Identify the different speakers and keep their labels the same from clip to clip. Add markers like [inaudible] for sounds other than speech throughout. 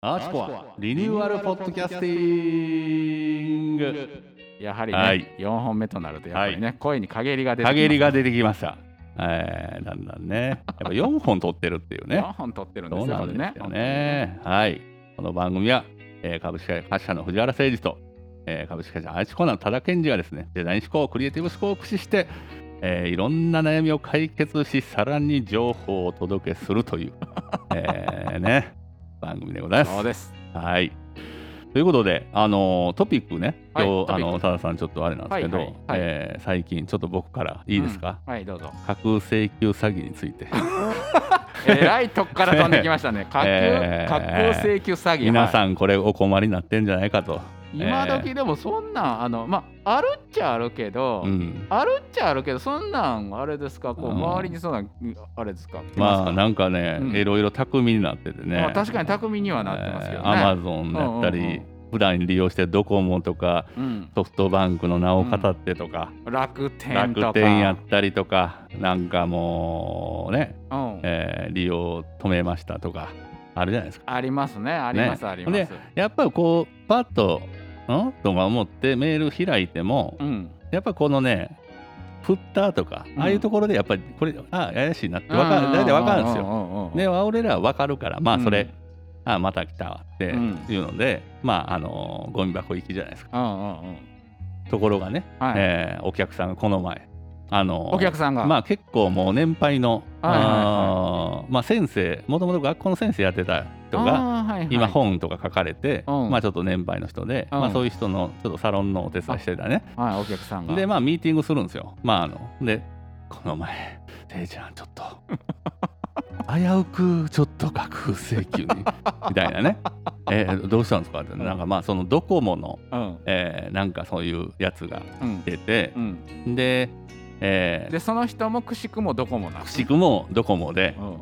Speaker 1: アーチコアリニューアルポッドキャスティング
Speaker 2: やはりね、
Speaker 1: はい
Speaker 2: 4本目となるとやっぱりね、声に陰りが出てきます
Speaker 1: 陰りが出てきましたえー、だんだんねやっぱ4本撮ってるっていうね
Speaker 2: 4本撮ってるん
Speaker 1: [laughs]
Speaker 2: で
Speaker 1: そう
Speaker 2: すよ
Speaker 1: なんですよ
Speaker 2: これ
Speaker 1: ねはいこの番組は、えー株式会社の藤原誠二と、えー株式会社アーチコアの多田健二がですねデザイン思考クリエイティブ思考を駆使して、えーいろんな悩みを解決しさらに情報をお届けするという、 [laughs] えーね番組でございます
Speaker 2: そうです
Speaker 1: はい。ということで、あのートピックね、
Speaker 2: はい
Speaker 1: 今日、
Speaker 2: ト
Speaker 1: あ
Speaker 2: ピック
Speaker 1: の多田さん、ちょっとあれなんですけど、
Speaker 2: はいはいはい
Speaker 1: えー最近、ちょっと僕からいいですか、
Speaker 2: はいどう
Speaker 1: [laughs]
Speaker 2: ぞ
Speaker 1: 架空請求詐欺について、
Speaker 2: えらいとこから飛んできましたね架空,、
Speaker 1: [laughs] えー
Speaker 2: 架空請求詐欺
Speaker 1: 皆
Speaker 2: ん、
Speaker 1: さん、これ、お困りになってんじゃないかと。
Speaker 2: 今時でもそんなんあのまああるっちゃあるけど、
Speaker 1: うん
Speaker 2: あるっちゃあるけどそんなんあれですかこう
Speaker 1: うん
Speaker 2: 周りにそんなんあれですか来ます
Speaker 1: ま
Speaker 2: か
Speaker 1: あなんかね、
Speaker 2: うん
Speaker 1: いろいろ巧みになっててね、
Speaker 2: まあ確かに巧みにはなってますけどね、
Speaker 1: アマゾンだったり、
Speaker 2: うんうんうん
Speaker 1: 普段利用してるドコモとか
Speaker 2: うん、
Speaker 1: ソフトバンクの名を語ってとか、
Speaker 2: 楽天とか
Speaker 1: 楽天やったりとかなんかもうね、
Speaker 2: うん
Speaker 1: えー利用止めましたとかあるじゃないですか
Speaker 2: ありますねあります
Speaker 1: ね
Speaker 2: あります、
Speaker 1: やっぱりこうパッとんとか思ってメール開いても、
Speaker 2: うん
Speaker 1: やっぱこのねフッターとか、
Speaker 2: うん
Speaker 1: ああいうところでやっぱりこれあ怪しいなってわかる大体わかるんですよ。
Speaker 2: よ
Speaker 1: で俺らはわかるからまあそれ、
Speaker 2: うん
Speaker 1: あまた来たわって
Speaker 2: うん
Speaker 1: いうので、まああのゴミ箱行きじゃないですか
Speaker 2: うんうんうん
Speaker 1: ところがね、
Speaker 2: はい、
Speaker 1: えーお客さんがこの前あの
Speaker 2: お客さんが、
Speaker 1: まあ結構もう年配の、
Speaker 2: はいはいはい
Speaker 1: あーまあ先生もともと学校の先生やってた人が
Speaker 2: あーはいはい
Speaker 1: 今本とか書かれて、
Speaker 2: うん
Speaker 1: まあちょっと年配の人で、
Speaker 2: うん
Speaker 1: まあそういう人のちょっとサロンのお手伝いしてたね
Speaker 2: はいお客さんが
Speaker 1: でまあミーティングするんですよまああのでこの前せいちゃんちょっと危うくちょっと架空請
Speaker 2: [laughs]
Speaker 1: 求にみたいなねえーどうしたんですかってなんかまあそのドコモの、
Speaker 2: うん
Speaker 1: えーなんかそういうやつが
Speaker 2: うん
Speaker 1: 出て
Speaker 2: う、ん
Speaker 1: で、えー
Speaker 2: でその人もくしくもドコモなんで
Speaker 1: く
Speaker 2: す
Speaker 1: しくもドコモで、
Speaker 2: うん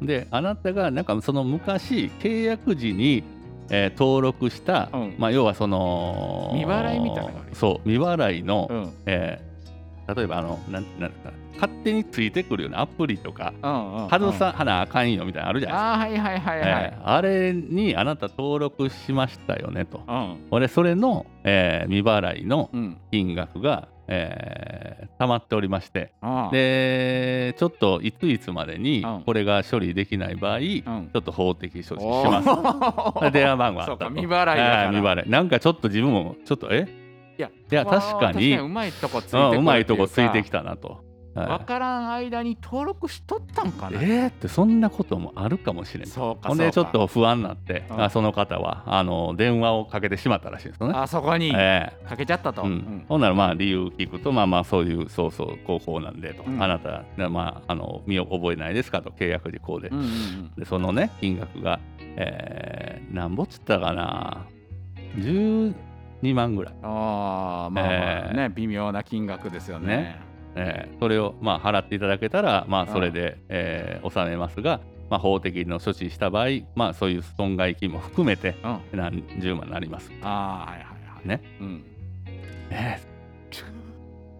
Speaker 1: であなたがなんかその昔契約時に、えー登録した、
Speaker 2: うん
Speaker 1: まあ、要はその
Speaker 2: 未払いみたいなのがある
Speaker 1: そう未払いの、
Speaker 2: うんうん
Speaker 1: えー例えばあのなんなんですか勝手についてくるようなアプリとか
Speaker 2: うんうん
Speaker 1: 外さなあかんよみたいなのあるじゃない
Speaker 2: あーはいはいはい
Speaker 1: で
Speaker 2: は
Speaker 1: す
Speaker 2: い
Speaker 1: か、、えーあれにあなた登録しましたよねと
Speaker 2: うん
Speaker 1: 俺それの、えー未払いの
Speaker 2: うん
Speaker 1: 金額が、えー溜まっておりまして
Speaker 2: あー
Speaker 1: でちょっといついつまでに
Speaker 2: うん
Speaker 1: これが処理できない場合、
Speaker 2: うん
Speaker 1: ちょっと法的処置し
Speaker 2: お
Speaker 1: ます。
Speaker 2: ー
Speaker 1: 電話番号あった
Speaker 2: [laughs] そうか
Speaker 1: と
Speaker 2: 未払いだから
Speaker 1: は未払い。なんかちょっと自分もちょっとえ
Speaker 2: いや
Speaker 1: いや確かに
Speaker 2: まあうまいとこついてく
Speaker 1: う
Speaker 2: るってい
Speaker 1: んうまいとこついてき
Speaker 2: た
Speaker 1: たなと。
Speaker 2: 分
Speaker 1: は
Speaker 2: からん間に登録しとったん
Speaker 1: い、
Speaker 2: か
Speaker 1: え
Speaker 2: な
Speaker 1: ーってそんなこともあるかもしれない。
Speaker 2: そうか
Speaker 1: ほんでち
Speaker 2: そ
Speaker 1: ょ
Speaker 2: うか
Speaker 1: っと不安になって、
Speaker 2: うん
Speaker 1: あその方はあの電話をかけてしまったらしいんですよね。
Speaker 2: あそこに
Speaker 1: え
Speaker 2: かけちゃったと
Speaker 1: えうんほんならまあ理由聞くとまあまあそういうそうそうこうこうなんでと、
Speaker 2: うん
Speaker 1: あなたまああの身を覚えないですかと契約時こうで、
Speaker 2: うんうんうん
Speaker 1: でそのね金額が、えー、なんぼっつったかな12万ぐらい、
Speaker 2: ああまあまあね、
Speaker 1: え
Speaker 2: 微妙な金額ですよね。
Speaker 1: ねえーそれをまあ払っていただけたらまあそれで、えー納めますが、まあ、法的の処置した場合まあそういう損害金も含めて
Speaker 2: うん、あ
Speaker 1: 何十万になります
Speaker 2: あーはいはいはい。
Speaker 1: ね。
Speaker 2: うん。
Speaker 1: えー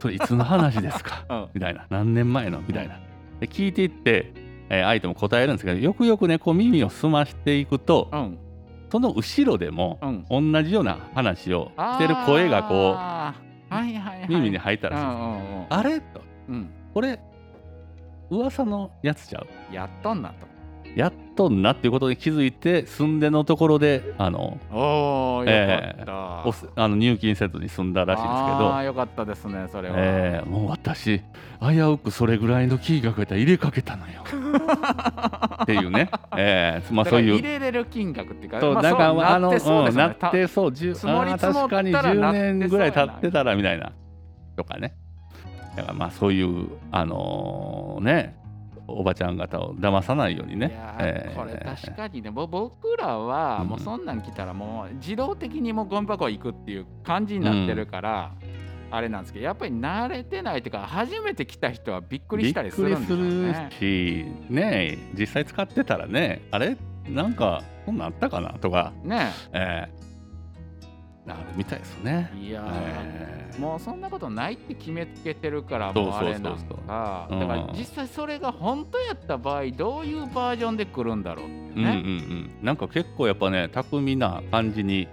Speaker 1: それいつの話ですか [laughs]
Speaker 2: うん
Speaker 1: みたいな何年前のみたいなで聞いていって、えー相手も答えるんですけどよくよくねこう耳を澄ましていくと
Speaker 2: うん
Speaker 1: その後ろでも、
Speaker 2: うん。
Speaker 1: 同じような話をしてる声がこ
Speaker 2: う。はいはいはい。
Speaker 1: う耳に
Speaker 2: 入っ
Speaker 1: 入った
Speaker 2: た
Speaker 1: らしいんですよ
Speaker 2: うんうんうん、
Speaker 1: あれと
Speaker 2: うん。
Speaker 1: これ噂のやつちゃう
Speaker 2: やっとんなと。
Speaker 1: やっとんなっていうことに気づいて寸でのところであの
Speaker 2: おおよかった。
Speaker 1: おすあの入金せずに済んだらしいんですけ
Speaker 2: あ
Speaker 1: ど
Speaker 2: あ。よかったですねそれは。
Speaker 1: えーもう私危うくそれぐらいの金額やったら入れかけた [laughs] のよっていうね、えーまあ、
Speaker 2: だ
Speaker 1: そ
Speaker 2: か
Speaker 1: う
Speaker 2: ら
Speaker 1: い
Speaker 2: 入
Speaker 1: う
Speaker 2: れれる金額っていうか、
Speaker 1: そう
Speaker 2: まあ、
Speaker 1: なんか
Speaker 2: そうなってそう
Speaker 1: う
Speaker 2: で
Speaker 1: ん
Speaker 2: す
Speaker 1: な
Speaker 2: よね。
Speaker 1: ったてそう10
Speaker 2: 積もり
Speaker 1: あー
Speaker 2: 積も
Speaker 1: 確
Speaker 2: った
Speaker 1: からに
Speaker 2: な
Speaker 1: 10
Speaker 2: ってそうやな
Speaker 1: 年ぐらい経ってたらみたいなとかねだからまあそういうあのーねおばちゃん方を騙さないように
Speaker 2: い
Speaker 1: ね
Speaker 2: や、
Speaker 1: えー
Speaker 2: ーこれ確かにね、ぼ僕らは
Speaker 1: うん
Speaker 2: もうそんなん来たらもう自動的にもうゴミ箱行くっていう感じになってるから、あれなんですけどやっぱり慣れてないというか初めて来た人はびっくりしたりするんですよ
Speaker 1: びっ
Speaker 2: ね
Speaker 1: く。りするしね実際使ってたらねあれなんかこんなんあったかなとか、
Speaker 2: ね
Speaker 1: えなるみたいですね。
Speaker 2: いやー
Speaker 1: え
Speaker 2: もうそんなことないって決めつけてるから
Speaker 1: そう
Speaker 2: もうあ
Speaker 1: そう
Speaker 2: れ
Speaker 1: そう
Speaker 2: なん
Speaker 1: そう
Speaker 2: か
Speaker 1: うん
Speaker 2: だから実際それが本当やった場合どういうバージョンで来るんだろうって
Speaker 1: ーうんうんう
Speaker 2: ね、
Speaker 1: ん、なんか結構やっぱね巧みな感じに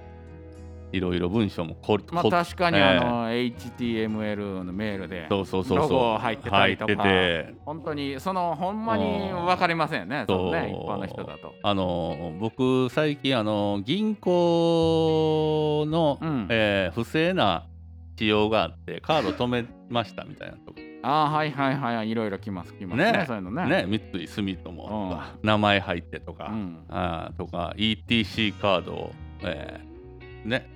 Speaker 1: いろいろ文章もこ
Speaker 2: まあ
Speaker 1: こ
Speaker 2: 確かに
Speaker 1: ええ
Speaker 2: あの HTML のメールで
Speaker 1: そうそうそうそう
Speaker 2: ロゴ入ってたりとか
Speaker 1: 入ってて
Speaker 2: 本当にそのほんまに分かりませんよねそのね一
Speaker 1: そう
Speaker 2: 般の人だと。
Speaker 1: あの僕最近あの銀行の、
Speaker 2: うん、
Speaker 1: えー不正な使用があってカード止めましたみたいなとこ
Speaker 2: あーはいはいはいいろいろ来ます来ますね
Speaker 1: ね
Speaker 2: そういうのね。
Speaker 1: ね三井住友とか名前入ってとか、
Speaker 2: うん、
Speaker 1: あーとか ETC カードを、えーね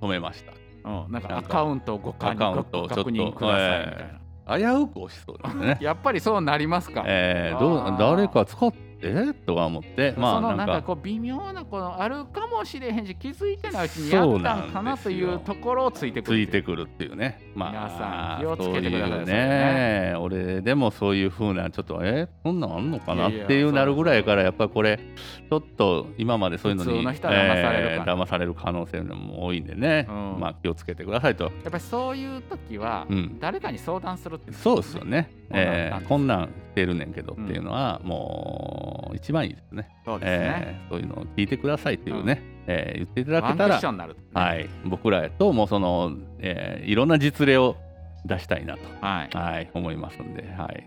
Speaker 1: 止めました
Speaker 2: うん、なんか
Speaker 1: な
Speaker 2: ア
Speaker 1: んか
Speaker 2: カウントをご確
Speaker 1: アカウントを
Speaker 2: 認
Speaker 1: ちょ
Speaker 2: ご
Speaker 1: っと
Speaker 2: 確認くださいみたいな。
Speaker 1: 危うく押しそうです
Speaker 2: [laughs]。
Speaker 1: ね
Speaker 2: やっぱりそうなりますか。
Speaker 1: えー、
Speaker 2: あ
Speaker 1: どう
Speaker 2: ー
Speaker 1: 誰か使ってえーとか思ってま
Speaker 2: そ
Speaker 1: あな
Speaker 2: の
Speaker 1: ん
Speaker 2: なん
Speaker 1: か
Speaker 2: かこう微妙なこのあるかもしれへんし気づいてないうちにやったんかなとい
Speaker 1: そうな
Speaker 2: うん
Speaker 1: ですよ
Speaker 2: ところをついてく
Speaker 1: つ
Speaker 2: る
Speaker 1: いてくるっていうねまあ
Speaker 2: 皆さん気をつけてくださ
Speaker 1: そ
Speaker 2: い
Speaker 1: ういう
Speaker 2: それ
Speaker 1: ね
Speaker 2: ね
Speaker 1: 俺でもそういう風なちょっとえそんなんあんのかない
Speaker 2: やいや
Speaker 1: っていうなるぐらいからやっぱりこれちょっと今までそういうのに
Speaker 2: 普通の人は騙されるから
Speaker 1: えー騙される可能性も多いんでね、
Speaker 2: うん
Speaker 1: まあ気をつけてくださいと
Speaker 2: やっぱりそういう時は
Speaker 1: うん
Speaker 2: 誰かに相談するって、
Speaker 1: そうですよね、えーこ
Speaker 2: こ
Speaker 1: ん
Speaker 2: ん
Speaker 1: なんしてるねんけどっていうのはもう一番いいですね
Speaker 2: そうですね、
Speaker 1: えーそういうのを聞いてくださいっていうね、えー言っていただ
Speaker 2: ワ
Speaker 1: け
Speaker 2: ンク
Speaker 1: たら
Speaker 2: ッションになるとね、
Speaker 1: はい、僕らともその、えーいろんな実例を出したいなと、
Speaker 2: はい
Speaker 1: はい、思いますんで、はい、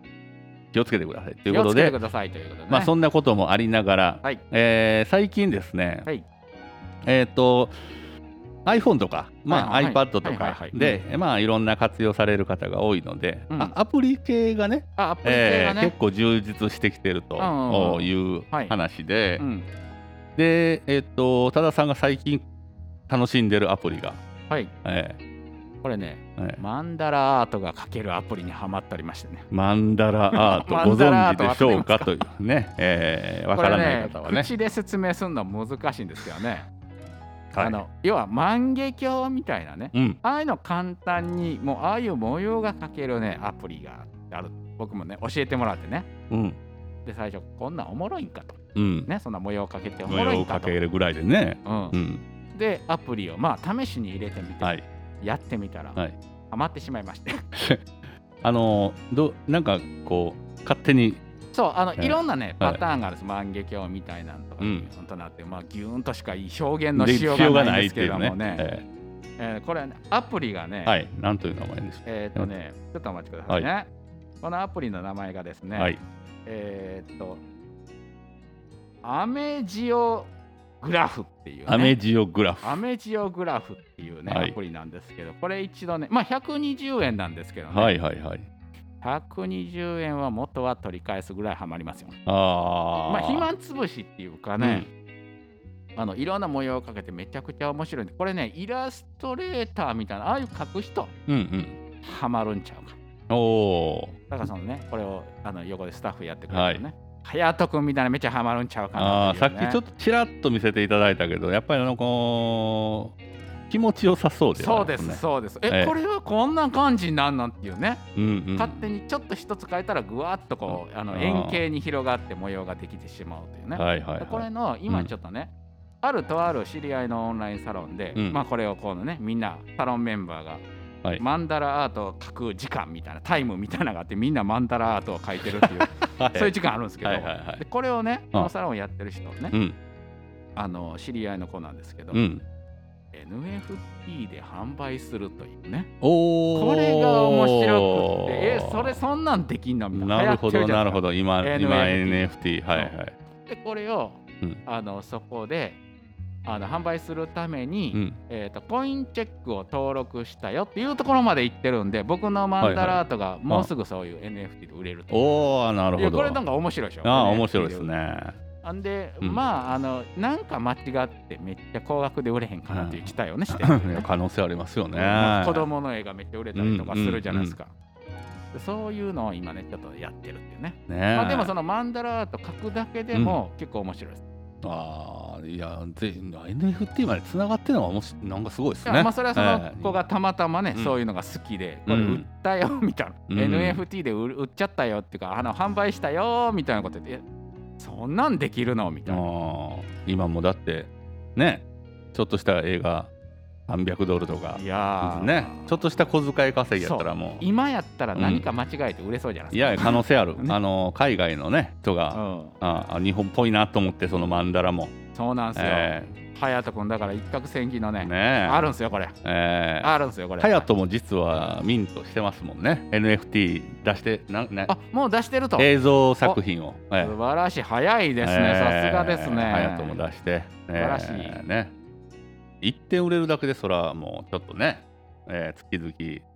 Speaker 1: 気をつけてくださいとい
Speaker 2: 気
Speaker 1: うこ
Speaker 2: を
Speaker 1: と
Speaker 2: つけて
Speaker 1: で、
Speaker 2: くださいということで、ね、
Speaker 1: まあ、そんなこともありながら、
Speaker 2: はい
Speaker 1: えー最近ですね、
Speaker 2: はい
Speaker 1: えっ、と iPhone とか、まあ
Speaker 2: はいはい
Speaker 1: iPad と
Speaker 2: はいはいは
Speaker 1: か
Speaker 2: い
Speaker 1: で、まあ、いろんな活用される方が多いので、
Speaker 2: うん
Speaker 1: あアプリ系がね
Speaker 2: あアプリ系
Speaker 1: え
Speaker 2: が
Speaker 1: ー
Speaker 2: ね
Speaker 1: 結、構充実してきてる
Speaker 2: うんうんう
Speaker 1: と
Speaker 2: ん
Speaker 1: いう
Speaker 2: はい
Speaker 1: 話で、
Speaker 2: うん
Speaker 1: で、えっと多田さんが最近楽しんでるアプリが、
Speaker 2: はい
Speaker 1: え
Speaker 2: これね
Speaker 1: ーえー
Speaker 2: マンダラアートが書けるアプリにはまっておりましてね
Speaker 1: マンダラアート
Speaker 2: [laughs] マ
Speaker 1: ご
Speaker 2: ンダラア
Speaker 1: 存
Speaker 2: ート
Speaker 1: 知でしょうかというね、えー、
Speaker 2: [laughs]
Speaker 1: わからない方は
Speaker 2: これ
Speaker 1: ね。
Speaker 2: 口で説明するのは難しいんですけどね、
Speaker 1: はい
Speaker 2: あの要は万華鏡みたいなね
Speaker 1: うん、
Speaker 2: ああいうの簡単にもうああいう模様が描けるねアプリがある僕もね教えてもらってね
Speaker 1: うん、
Speaker 2: で最初こんなんおもろいんかと
Speaker 1: うん、
Speaker 2: ねそんな模様描けてお
Speaker 1: 模
Speaker 2: もろい
Speaker 1: 様を
Speaker 2: んか
Speaker 1: か
Speaker 2: と
Speaker 1: けるぐらいでね。
Speaker 2: うん
Speaker 1: うん、
Speaker 2: でアプリをまあ試しに入れてみて、
Speaker 1: はい。
Speaker 2: やってみたら、
Speaker 1: はい
Speaker 2: ハマってしまいまして
Speaker 1: あのーどなんかこう勝手に、
Speaker 2: そうあの、
Speaker 1: ええ
Speaker 2: いろんなねパターンがあるんです万華鏡みたいなんとか、
Speaker 1: うん
Speaker 2: 本当なってまあギューンとしか表現の
Speaker 1: で
Speaker 2: しようがないんですけれどもね
Speaker 1: え
Speaker 2: えーこれはねアプリがね、
Speaker 1: ーはい、なんという名前でしょ
Speaker 2: えっ、とねちょっとお待ちくださいね、このアプリの名前がです
Speaker 1: う
Speaker 2: ね、
Speaker 1: か。はい、
Speaker 2: えーっと、アメジオグラフっていう、ね、
Speaker 1: アメジオグラフ。
Speaker 2: アメジオグラフっていうね、
Speaker 1: はい
Speaker 2: アプリなんですけど、これ一度ね、まあ120円なんですけどね、
Speaker 1: はいはいはい。
Speaker 2: 120円は元は取り返すぐらいハマりますよ。
Speaker 1: ああ。
Speaker 2: まあ、肥満つぶしっていうかね、あのいろんな模様をかけてめちゃくちゃ面白いんで、これね、イラストレーターみたいな、ああいう描く人、
Speaker 1: うんうん。
Speaker 2: ハマるんちゃうか。
Speaker 1: おお
Speaker 2: だからそのね、これをあの横でスタッフやってくれるね、隼人君みたいなめっちゃハマるんちゃうかな
Speaker 1: あー
Speaker 2: って
Speaker 1: さ
Speaker 2: いう
Speaker 1: っ
Speaker 2: ね、
Speaker 1: きちょっとちらっと見せていただいたけどやっぱりあのこう気持ちよさそうで
Speaker 2: そ
Speaker 1: はあ
Speaker 2: う
Speaker 1: り
Speaker 2: で
Speaker 1: ますね
Speaker 2: す、そうです。
Speaker 1: ええ
Speaker 2: え、これはこんな感じになんなんっていうね、
Speaker 1: うんうん、
Speaker 2: 勝手にちょっと一つ変えたら、ぐわっとこう、あ
Speaker 1: あ
Speaker 2: の
Speaker 1: ー
Speaker 2: 円形に広がって模様ができてしまうというね。
Speaker 1: はいはい、はい、
Speaker 2: これの今ちょっとね、あるとある知り合いのオンラインサロンで、
Speaker 1: うん
Speaker 2: まあこれをこのね、みんなサロンメンバーが、
Speaker 1: はい
Speaker 2: マンダラアートを描く時間みたいな、タイムみたいなのがあって、みんなマンダラアートを描いてるって
Speaker 1: [laughs]
Speaker 2: いう、
Speaker 1: はい
Speaker 2: そういう時間あるんですけど、
Speaker 1: はいはいはい
Speaker 2: でこれをね、
Speaker 1: あ
Speaker 2: このサロンをやってる人ね、
Speaker 1: うん
Speaker 2: あの知り合いの子なんですけど、
Speaker 1: うん、
Speaker 2: NFT で販売するというね。
Speaker 1: お
Speaker 2: これが面白くって、え、それそんなんできんのみたいな。
Speaker 1: なるほ
Speaker 2: 流行
Speaker 1: ど
Speaker 2: ってじ
Speaker 1: な
Speaker 2: ゃない
Speaker 1: るほど今
Speaker 2: NFT
Speaker 1: 今 NFT はいはい
Speaker 2: で、これを、
Speaker 1: うん
Speaker 2: あのそこであの販売するために、
Speaker 1: うん
Speaker 2: えーと、コインチェックを登録したよっていうところまで行ってるんで、僕のマンダラートがもうすぐそういう NFT で売れると。
Speaker 1: おおなる
Speaker 2: い
Speaker 1: ほ
Speaker 2: や
Speaker 1: ど
Speaker 2: これなんか面白いでしょ
Speaker 1: ああ
Speaker 2: NFT
Speaker 1: 面白いですね
Speaker 2: あんで、
Speaker 1: うん
Speaker 2: まああのなんか間違ってめっちゃ高額で売れへんかなっていう期待を
Speaker 1: [laughs]
Speaker 2: ねしてる、
Speaker 1: いや可能性ありますよね
Speaker 2: まあ子供の絵がめっちゃ売れたりとかするじゃないですか、でそういうのを今ねちょっとやってるっていうね、
Speaker 1: ね
Speaker 2: まあ、でもそのマンダラート書くだけでも結構面白いです、
Speaker 1: ああいやぜ NFT までつながってるのは面白いなんかすごいです
Speaker 2: いや
Speaker 1: ね
Speaker 2: まあそれはその子がたまたまね、
Speaker 1: うん
Speaker 2: そういうのが好きで、
Speaker 1: うん
Speaker 2: これ売ったよみたいな、
Speaker 1: うん
Speaker 2: NFT で売る売っちゃったよっていうかあの販売したよみたいなことでえそんなんできるのみ
Speaker 1: あ
Speaker 2: たいな
Speaker 1: ー今もだってねちょっとした映画300ドルとか
Speaker 2: いやー
Speaker 1: ねちょっとした小遣い稼ぎやったらもう
Speaker 2: 今やったら何か間違えて売れそうじゃない
Speaker 1: い
Speaker 2: ですか、
Speaker 1: や可能性ある、
Speaker 2: ね
Speaker 1: あの海外のね人が、
Speaker 2: うん
Speaker 1: ああ日本っぽいなと思ってそのマンダラも、
Speaker 2: そうなんですよ、
Speaker 1: え
Speaker 2: 隼人君だから一攫千金のね
Speaker 1: ー、ねえ
Speaker 2: あるんですよこれ
Speaker 1: えー
Speaker 2: あるんですよこれ
Speaker 1: ハヤトも実はミントしてますもんね NFT 出してなね
Speaker 2: あもう出してると、
Speaker 1: 映像作品をえ
Speaker 2: 素晴らしい早いですねさすがですね
Speaker 1: ハヤトも出して素
Speaker 2: 晴らしい
Speaker 1: ね1点売れるだけでそらもうちょっとね、えー月々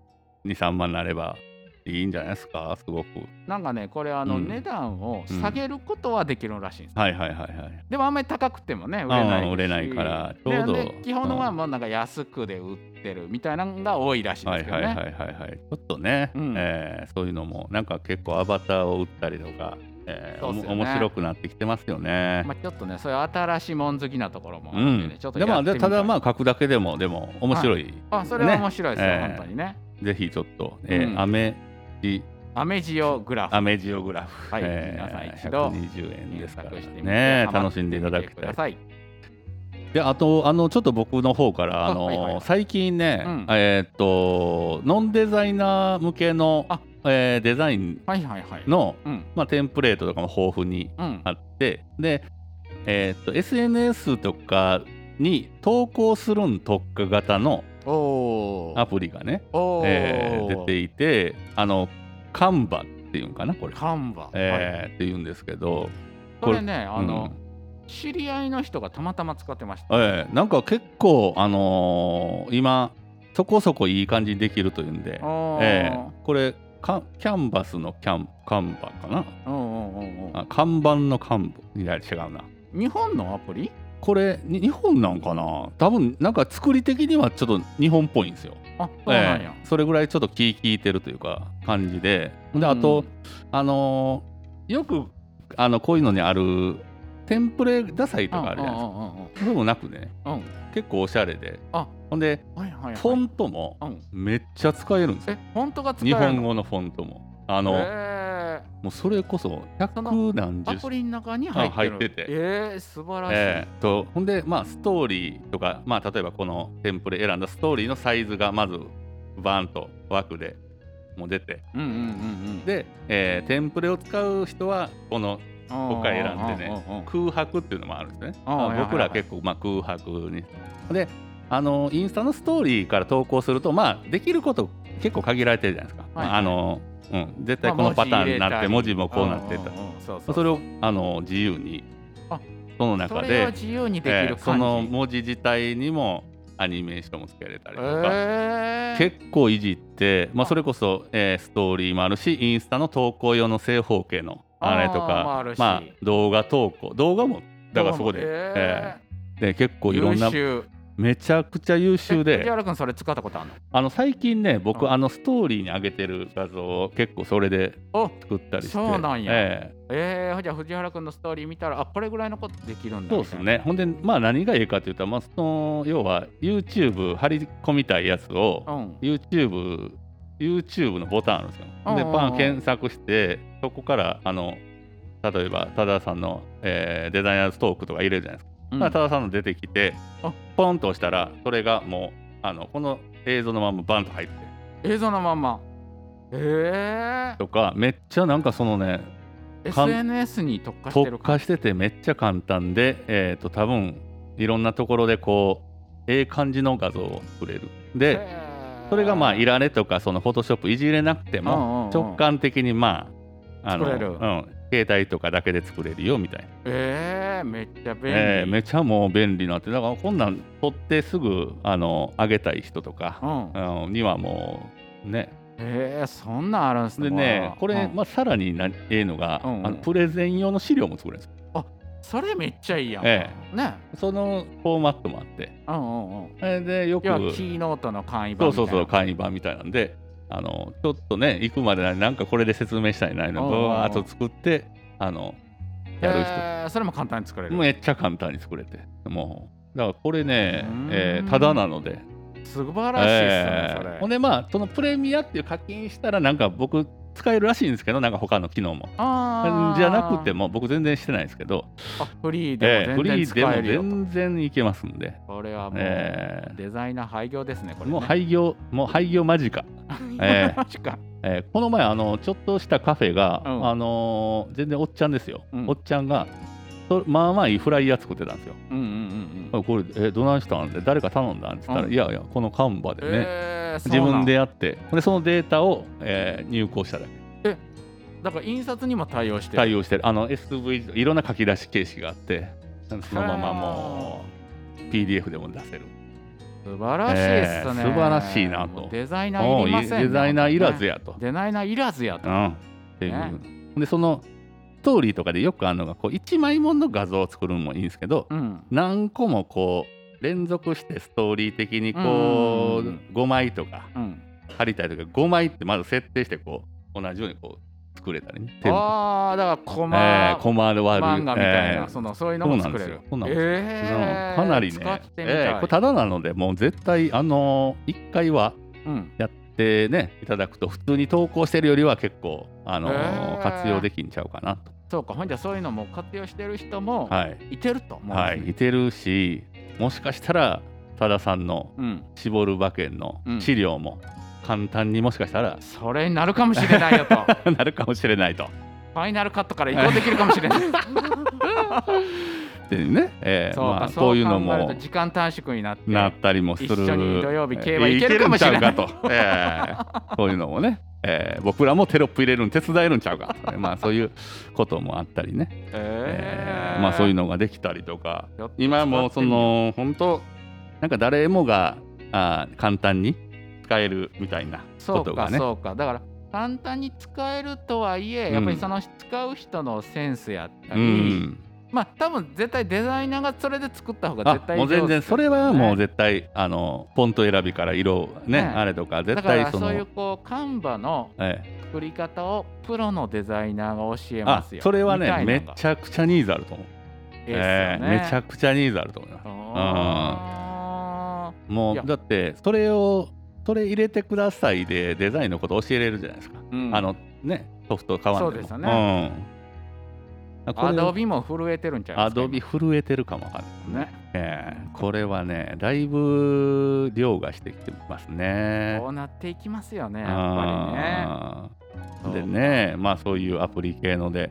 Speaker 1: 23万になればいいんじゃないですかすごく
Speaker 2: なんかねこれあの、
Speaker 1: うん
Speaker 2: 値段を下げることはできるらしいんです、
Speaker 1: はいはいはいはい
Speaker 2: でもあんまり高くてもね売れない
Speaker 1: あ
Speaker 2: し
Speaker 1: ー売れないからちょうど
Speaker 2: でで基本のは
Speaker 1: うん
Speaker 2: もうなんか安くで売ってるみたいなのが多いらしいん
Speaker 1: は
Speaker 2: で
Speaker 1: い
Speaker 2: すけど
Speaker 1: はい
Speaker 2: ね、
Speaker 1: はいはいはいちょっとね、
Speaker 2: うん
Speaker 1: えーそういうのもなんか結構アバターを打ったりとか、えー
Speaker 2: そうっすよね
Speaker 1: おも面白くなってきてますよね、
Speaker 2: まあ、ちょっとねそういう新しいもん好きなところもあ
Speaker 1: う
Speaker 2: ってね、
Speaker 1: ん
Speaker 2: ちょっと
Speaker 1: で
Speaker 2: や
Speaker 1: も
Speaker 2: ってみ
Speaker 1: で
Speaker 2: い
Speaker 1: ただまあ書くだけでもでも面白い、
Speaker 2: あそれは面白いですよ、
Speaker 1: ねええ
Speaker 2: 本当にね
Speaker 1: ぜひちょっと、えー
Speaker 2: うん
Speaker 1: アメジ
Speaker 2: アメジオグラフ
Speaker 1: アメジオグラフ、
Speaker 2: はい
Speaker 1: え
Speaker 2: 皆さん
Speaker 1: ー、
Speaker 2: 一度
Speaker 1: 120円で
Speaker 2: 検
Speaker 1: すから
Speaker 2: 索してみて
Speaker 1: ね
Speaker 2: ハマっ
Speaker 1: 楽しんでいただき
Speaker 2: てみて
Speaker 1: た
Speaker 2: くだ
Speaker 1: い
Speaker 2: さい
Speaker 1: であとあのちょっと僕の方から
Speaker 2: あ
Speaker 1: あの、
Speaker 2: はいはいはい
Speaker 1: 最近ね、
Speaker 2: うん
Speaker 1: えーっとノンデザイナー向けの
Speaker 2: あ、
Speaker 1: えーデザイン
Speaker 2: はいはいはい
Speaker 1: の、
Speaker 2: うん
Speaker 1: まあ、テンプレートとかも豊富に
Speaker 2: うん
Speaker 1: あってで、えーっと SNS とかに投稿するん特化型の
Speaker 2: おお
Speaker 1: アプリがね、
Speaker 2: おお、
Speaker 1: えー出ていてあのカンバっていうんかなこれ、
Speaker 2: カンバ、はい
Speaker 1: えーっていうんですけど
Speaker 2: これねあの、
Speaker 1: うん
Speaker 2: 知り合いの人がたまたま使ってました、
Speaker 1: えーなんか結構あのー今そこそこいい感じにできるというんで、
Speaker 2: おー
Speaker 1: えーこれかキャンバスのキャンカンバかな
Speaker 2: うんうんうんうん
Speaker 1: あ看板の幹部いや違うな
Speaker 2: 日本のアプリ
Speaker 1: これに日本なんかな多分なんか作り的にはちょっと日本っぽいんですよ
Speaker 2: あそうなんや、
Speaker 1: えーそれぐらいちょっと気利いてるというか感じでであと、
Speaker 2: うん
Speaker 1: あのーよくあのこういうのにあるテンプレダサいとかあるじゃないですかそ
Speaker 2: う
Speaker 1: ういうのなくね
Speaker 2: んうんうんうんうん
Speaker 1: 結構おしゃれで
Speaker 2: あ
Speaker 1: ほんで
Speaker 2: はいはいはい
Speaker 1: フォントも
Speaker 2: うん
Speaker 1: めっちゃ使えるんですよ
Speaker 2: えフォントが使え
Speaker 1: 日
Speaker 2: るの
Speaker 1: 本語のフォントもあの、
Speaker 2: え
Speaker 1: もうそれこそ百何
Speaker 2: ーア
Speaker 1: 十
Speaker 2: プリの中に入ってる
Speaker 1: あ入ってて
Speaker 2: えー、素晴らしい、
Speaker 1: えー、とほんで、まあ、ストーリーとか、まあ、例えばこのテンプレ選んだストーリーのサイズがまずバーンと枠でもう出て
Speaker 2: うんうんうん
Speaker 1: で、えーテンプレを使う人はこの
Speaker 2: うん
Speaker 1: 僕が選んでね
Speaker 2: うんうんうん
Speaker 1: 空白っていうのもあるんですね
Speaker 2: あー
Speaker 1: まあ
Speaker 2: はいはい
Speaker 1: 僕ら結構まあ空白にであのインスタのストーリーから投稿すると、まあ、できること結構限られてるじゃないですか、
Speaker 2: はい
Speaker 1: まああのうん、絶対
Speaker 2: まあ
Speaker 1: このパターンになって文
Speaker 2: 文
Speaker 1: 字
Speaker 2: 入れたり
Speaker 1: もこうなってた
Speaker 2: んんうんそうそう
Speaker 1: それをあの自由に
Speaker 2: あ
Speaker 1: その
Speaker 2: そ
Speaker 1: 中
Speaker 2: れを
Speaker 1: で
Speaker 2: 自由にで
Speaker 1: え
Speaker 2: きる
Speaker 1: ーそ
Speaker 2: 感じ、
Speaker 1: の文字自体にもアニメーションもつけれたりとか、
Speaker 2: えー、
Speaker 1: 結構いじって、まあ、
Speaker 2: あ
Speaker 1: それこそ、えーストーリーもあるしインスタの投稿用の正方形のあれと
Speaker 2: あーも
Speaker 1: か
Speaker 2: あるし
Speaker 1: まあ、動画投稿動画もだからそこで,、
Speaker 2: え
Speaker 1: えーで結構
Speaker 2: ー、
Speaker 1: いろんな
Speaker 2: 優秀
Speaker 1: めちゃくちゃ優秀
Speaker 2: [laughs] え藤
Speaker 1: で
Speaker 2: 原君それ使ったことあるの
Speaker 1: あの最近ね僕、
Speaker 2: うん
Speaker 1: あのストーリーに上げてる画像を結構それで
Speaker 2: お
Speaker 1: 作ったりして
Speaker 2: そうなんや
Speaker 1: え
Speaker 2: えー、じゃあ藤原君のストーリー見たらあこれぐらいのことできるん
Speaker 1: ー
Speaker 2: だ
Speaker 1: そうですねほんで、まあ、何がいいかというと、まあ、その要は YouTube 張り込みたいやつを
Speaker 2: みたいなうん
Speaker 1: YouTube, YouTube のボタンあるんですよ。
Speaker 2: うんうん
Speaker 1: で
Speaker 2: うん
Speaker 1: パン検索してそこからあの例えば多田さんの、えーデザイナーズトークとか入れるじゃないですか。
Speaker 2: うん
Speaker 1: ただ多田さんの出てきて
Speaker 2: あ
Speaker 1: ポンと押したらそれがもうあのこの映像のままバンと入って
Speaker 2: 映像のまんまえー、
Speaker 1: とかめっちゃなんかそのねかん
Speaker 2: SNS に特化して
Speaker 1: 特
Speaker 2: る感
Speaker 1: 化
Speaker 2: じ
Speaker 1: しててめっちゃ簡単で、えー、と多分いろんなところでこうええ感じの画像を作れる。で、
Speaker 2: へー
Speaker 1: それがまあいられとかそのフォトショップいじれなくて
Speaker 2: うんうんう
Speaker 1: も
Speaker 2: ん
Speaker 1: 直感的にまああの
Speaker 2: 作れ
Speaker 1: う
Speaker 2: る
Speaker 1: ん、携帯とかだけで作れるよみたいな、
Speaker 2: えー、めっちゃ便利、
Speaker 1: えーめちゃもう便利になってだからこんなん撮ってすぐあの上げたい人と
Speaker 2: う
Speaker 1: か、
Speaker 2: ん、
Speaker 1: うんにはもうね
Speaker 2: えー、そんなんあるんすね
Speaker 1: でねこれ、
Speaker 2: うん
Speaker 1: まあ、さらになええのが、
Speaker 2: うんうん
Speaker 1: あのプレゼン用の資料も作れるんですよ
Speaker 2: それめっちゃいいやん、
Speaker 1: え
Speaker 2: ね
Speaker 1: そのフォーマットもあって
Speaker 2: うんうんうん
Speaker 1: えーでよく
Speaker 2: 要はキーノートの簡易版
Speaker 1: そう
Speaker 2: みたい
Speaker 1: そ
Speaker 2: な
Speaker 1: うそう簡易版みたいなんであのちょっとね行くまでなんかこれで説明したいなの
Speaker 2: うんうんうん
Speaker 1: をあと作ってあのやる人
Speaker 2: えー、それも簡単に作れる
Speaker 1: めっちゃ簡単に作れてもうだからこれね
Speaker 2: うーん、
Speaker 1: えーただなので
Speaker 2: 素晴らしいっすね、
Speaker 1: え
Speaker 2: それ
Speaker 1: ーほんでまあそのプレミアっていう課金したらなんか僕使えるらしいんですけどなんか他の機能も。
Speaker 2: あー
Speaker 1: じゃなくても僕全然してないですけど、
Speaker 2: あフリ
Speaker 1: え
Speaker 2: ーで
Speaker 1: え
Speaker 2: も
Speaker 1: フリ
Speaker 2: 全
Speaker 1: ーで
Speaker 2: 然
Speaker 1: も
Speaker 2: 使えるよと、
Speaker 1: 全然いけますんで、
Speaker 2: これはもう、
Speaker 1: ええ
Speaker 2: デザイナー廃業ですねこれね
Speaker 1: もう
Speaker 2: [laughs]
Speaker 1: 廃業もう廃業間近、え
Speaker 2: マジか
Speaker 1: ええこの前あのちょっとしたカフェが、
Speaker 2: うん
Speaker 1: あのー全然おっちゃんですよ、
Speaker 2: うん
Speaker 1: おっちゃんがそまあまあいいフライヤー作ってたんですよ、
Speaker 2: うんうんうんうん
Speaker 1: あこれえどないしたんで誰か頼んだんって言ったら、
Speaker 2: うん
Speaker 1: いやいやこのカンバでね、
Speaker 2: えーそう
Speaker 1: 自
Speaker 2: なん
Speaker 1: 分でやってでそのデータを、えー入稿しただけ
Speaker 2: だから印刷にも対応してる
Speaker 1: 対応してるあの SV いろんな書き出し形式があってそのままもう PDF でも出せる
Speaker 2: 素晴らしいですね、
Speaker 1: ええ素晴らしいなと
Speaker 2: もうデザイナー
Speaker 1: も
Speaker 2: いうり
Speaker 1: い
Speaker 2: ませんね
Speaker 1: デザイナーいらずやと、
Speaker 2: デザイナーいらずやと、
Speaker 1: うんっていうでそのストーリーとかでよくあるのがこう1枚もの画像を作るのもいいんですけど、
Speaker 2: うん、
Speaker 1: 何個もこう連続してストーリー的にこ
Speaker 2: うんうんうん
Speaker 1: う5枚とか
Speaker 2: うん、
Speaker 1: 貼りたいとか5枚ってまず設定してこう同じようにこう作れたりね手も
Speaker 2: ああだからコマ、
Speaker 1: えーコマで割る
Speaker 2: 漫画みたい
Speaker 1: え
Speaker 2: な、
Speaker 1: ー
Speaker 2: そのそういうのも作れる
Speaker 1: そうなんです
Speaker 2: え
Speaker 1: うん
Speaker 2: ー
Speaker 1: かなりね
Speaker 2: 使って、みたい、
Speaker 1: ええこれただなのでもう絶対あの1回は
Speaker 2: うん、
Speaker 1: やってねいただくと普通に投稿してるよりは結構あの、
Speaker 2: えー
Speaker 1: 活用できんちゃうかなと、
Speaker 2: そうかほんじゃそういうのも活用してる人も
Speaker 1: はい
Speaker 2: いてると思うんですね、
Speaker 1: はい、いてるしもしかしたら多田さんの
Speaker 2: うん、
Speaker 1: 絞る馬券の
Speaker 2: うん
Speaker 1: 資料も簡単にもしかしたら [laughs]
Speaker 2: それになるかもしれないよとフ
Speaker 1: なるかもしれ
Speaker 2: [laughs]
Speaker 1: ないと。
Speaker 2: ァイナルカットから移行できるかもしれない
Speaker 1: でね、えー
Speaker 2: そうか、
Speaker 1: まあ、
Speaker 2: そう
Speaker 1: こういうの
Speaker 2: 考える
Speaker 1: も
Speaker 2: と時間短縮になって
Speaker 1: なったりもする
Speaker 2: 一緒に土曜日競馬行けるかもしれない
Speaker 1: えー行けるんちゃうかと、えーそういうのもね、えー僕らもテロップ入れるの手伝えるんちゃう
Speaker 2: [laughs]
Speaker 1: かとね、まあ、そういうこともあったりね、え
Speaker 2: え
Speaker 1: ーまあ、そういう
Speaker 2: の
Speaker 1: のができたりとか
Speaker 2: ちょっと
Speaker 1: 今もその本当なんか誰もがあー簡単に使えるみたいな
Speaker 2: そ
Speaker 1: こ
Speaker 2: う
Speaker 1: と
Speaker 2: か
Speaker 1: がね
Speaker 2: そうかだから簡単に使えるとはいえ、
Speaker 1: うん
Speaker 2: やっぱりその使う人のセンスやった
Speaker 1: う
Speaker 2: り、
Speaker 1: ん、
Speaker 2: まあ多分絶対デザイナーがそれで作った方が
Speaker 1: あ
Speaker 2: 絶対
Speaker 1: もう全
Speaker 2: 上手
Speaker 1: 然それはもう
Speaker 2: ね
Speaker 1: 絶対、あのフォント選びから色ね
Speaker 2: ね
Speaker 1: あれとか絶
Speaker 2: だか
Speaker 1: 対
Speaker 2: ら
Speaker 1: そ
Speaker 2: そ
Speaker 1: の
Speaker 2: ういうこうカンバの
Speaker 1: ええ
Speaker 2: 作り方をプロのデザイナーが教えま
Speaker 1: あ
Speaker 2: すよ
Speaker 1: それはねめ
Speaker 2: ゃ
Speaker 1: ちゃくちゃニーズあると思う、ええめちゃくちゃニーズあると思います
Speaker 2: あ
Speaker 1: も
Speaker 2: いうや
Speaker 1: だってそれをそれ入れてくださいでデザインのこと教えれるじゃないですか、
Speaker 2: ーうん
Speaker 1: あのねソフト買わんでも
Speaker 2: そうですよね
Speaker 1: うん
Speaker 2: アドビも震えてるんちゃいま
Speaker 1: ア
Speaker 2: すか
Speaker 1: ドビ震えてるかもわかんない
Speaker 2: ね
Speaker 1: ええこれはねだいぶ凌駕してきてますね
Speaker 2: こうなっていきますよねやっぱ
Speaker 1: あー
Speaker 2: りね
Speaker 1: でね、まあそういうアプリ系ので、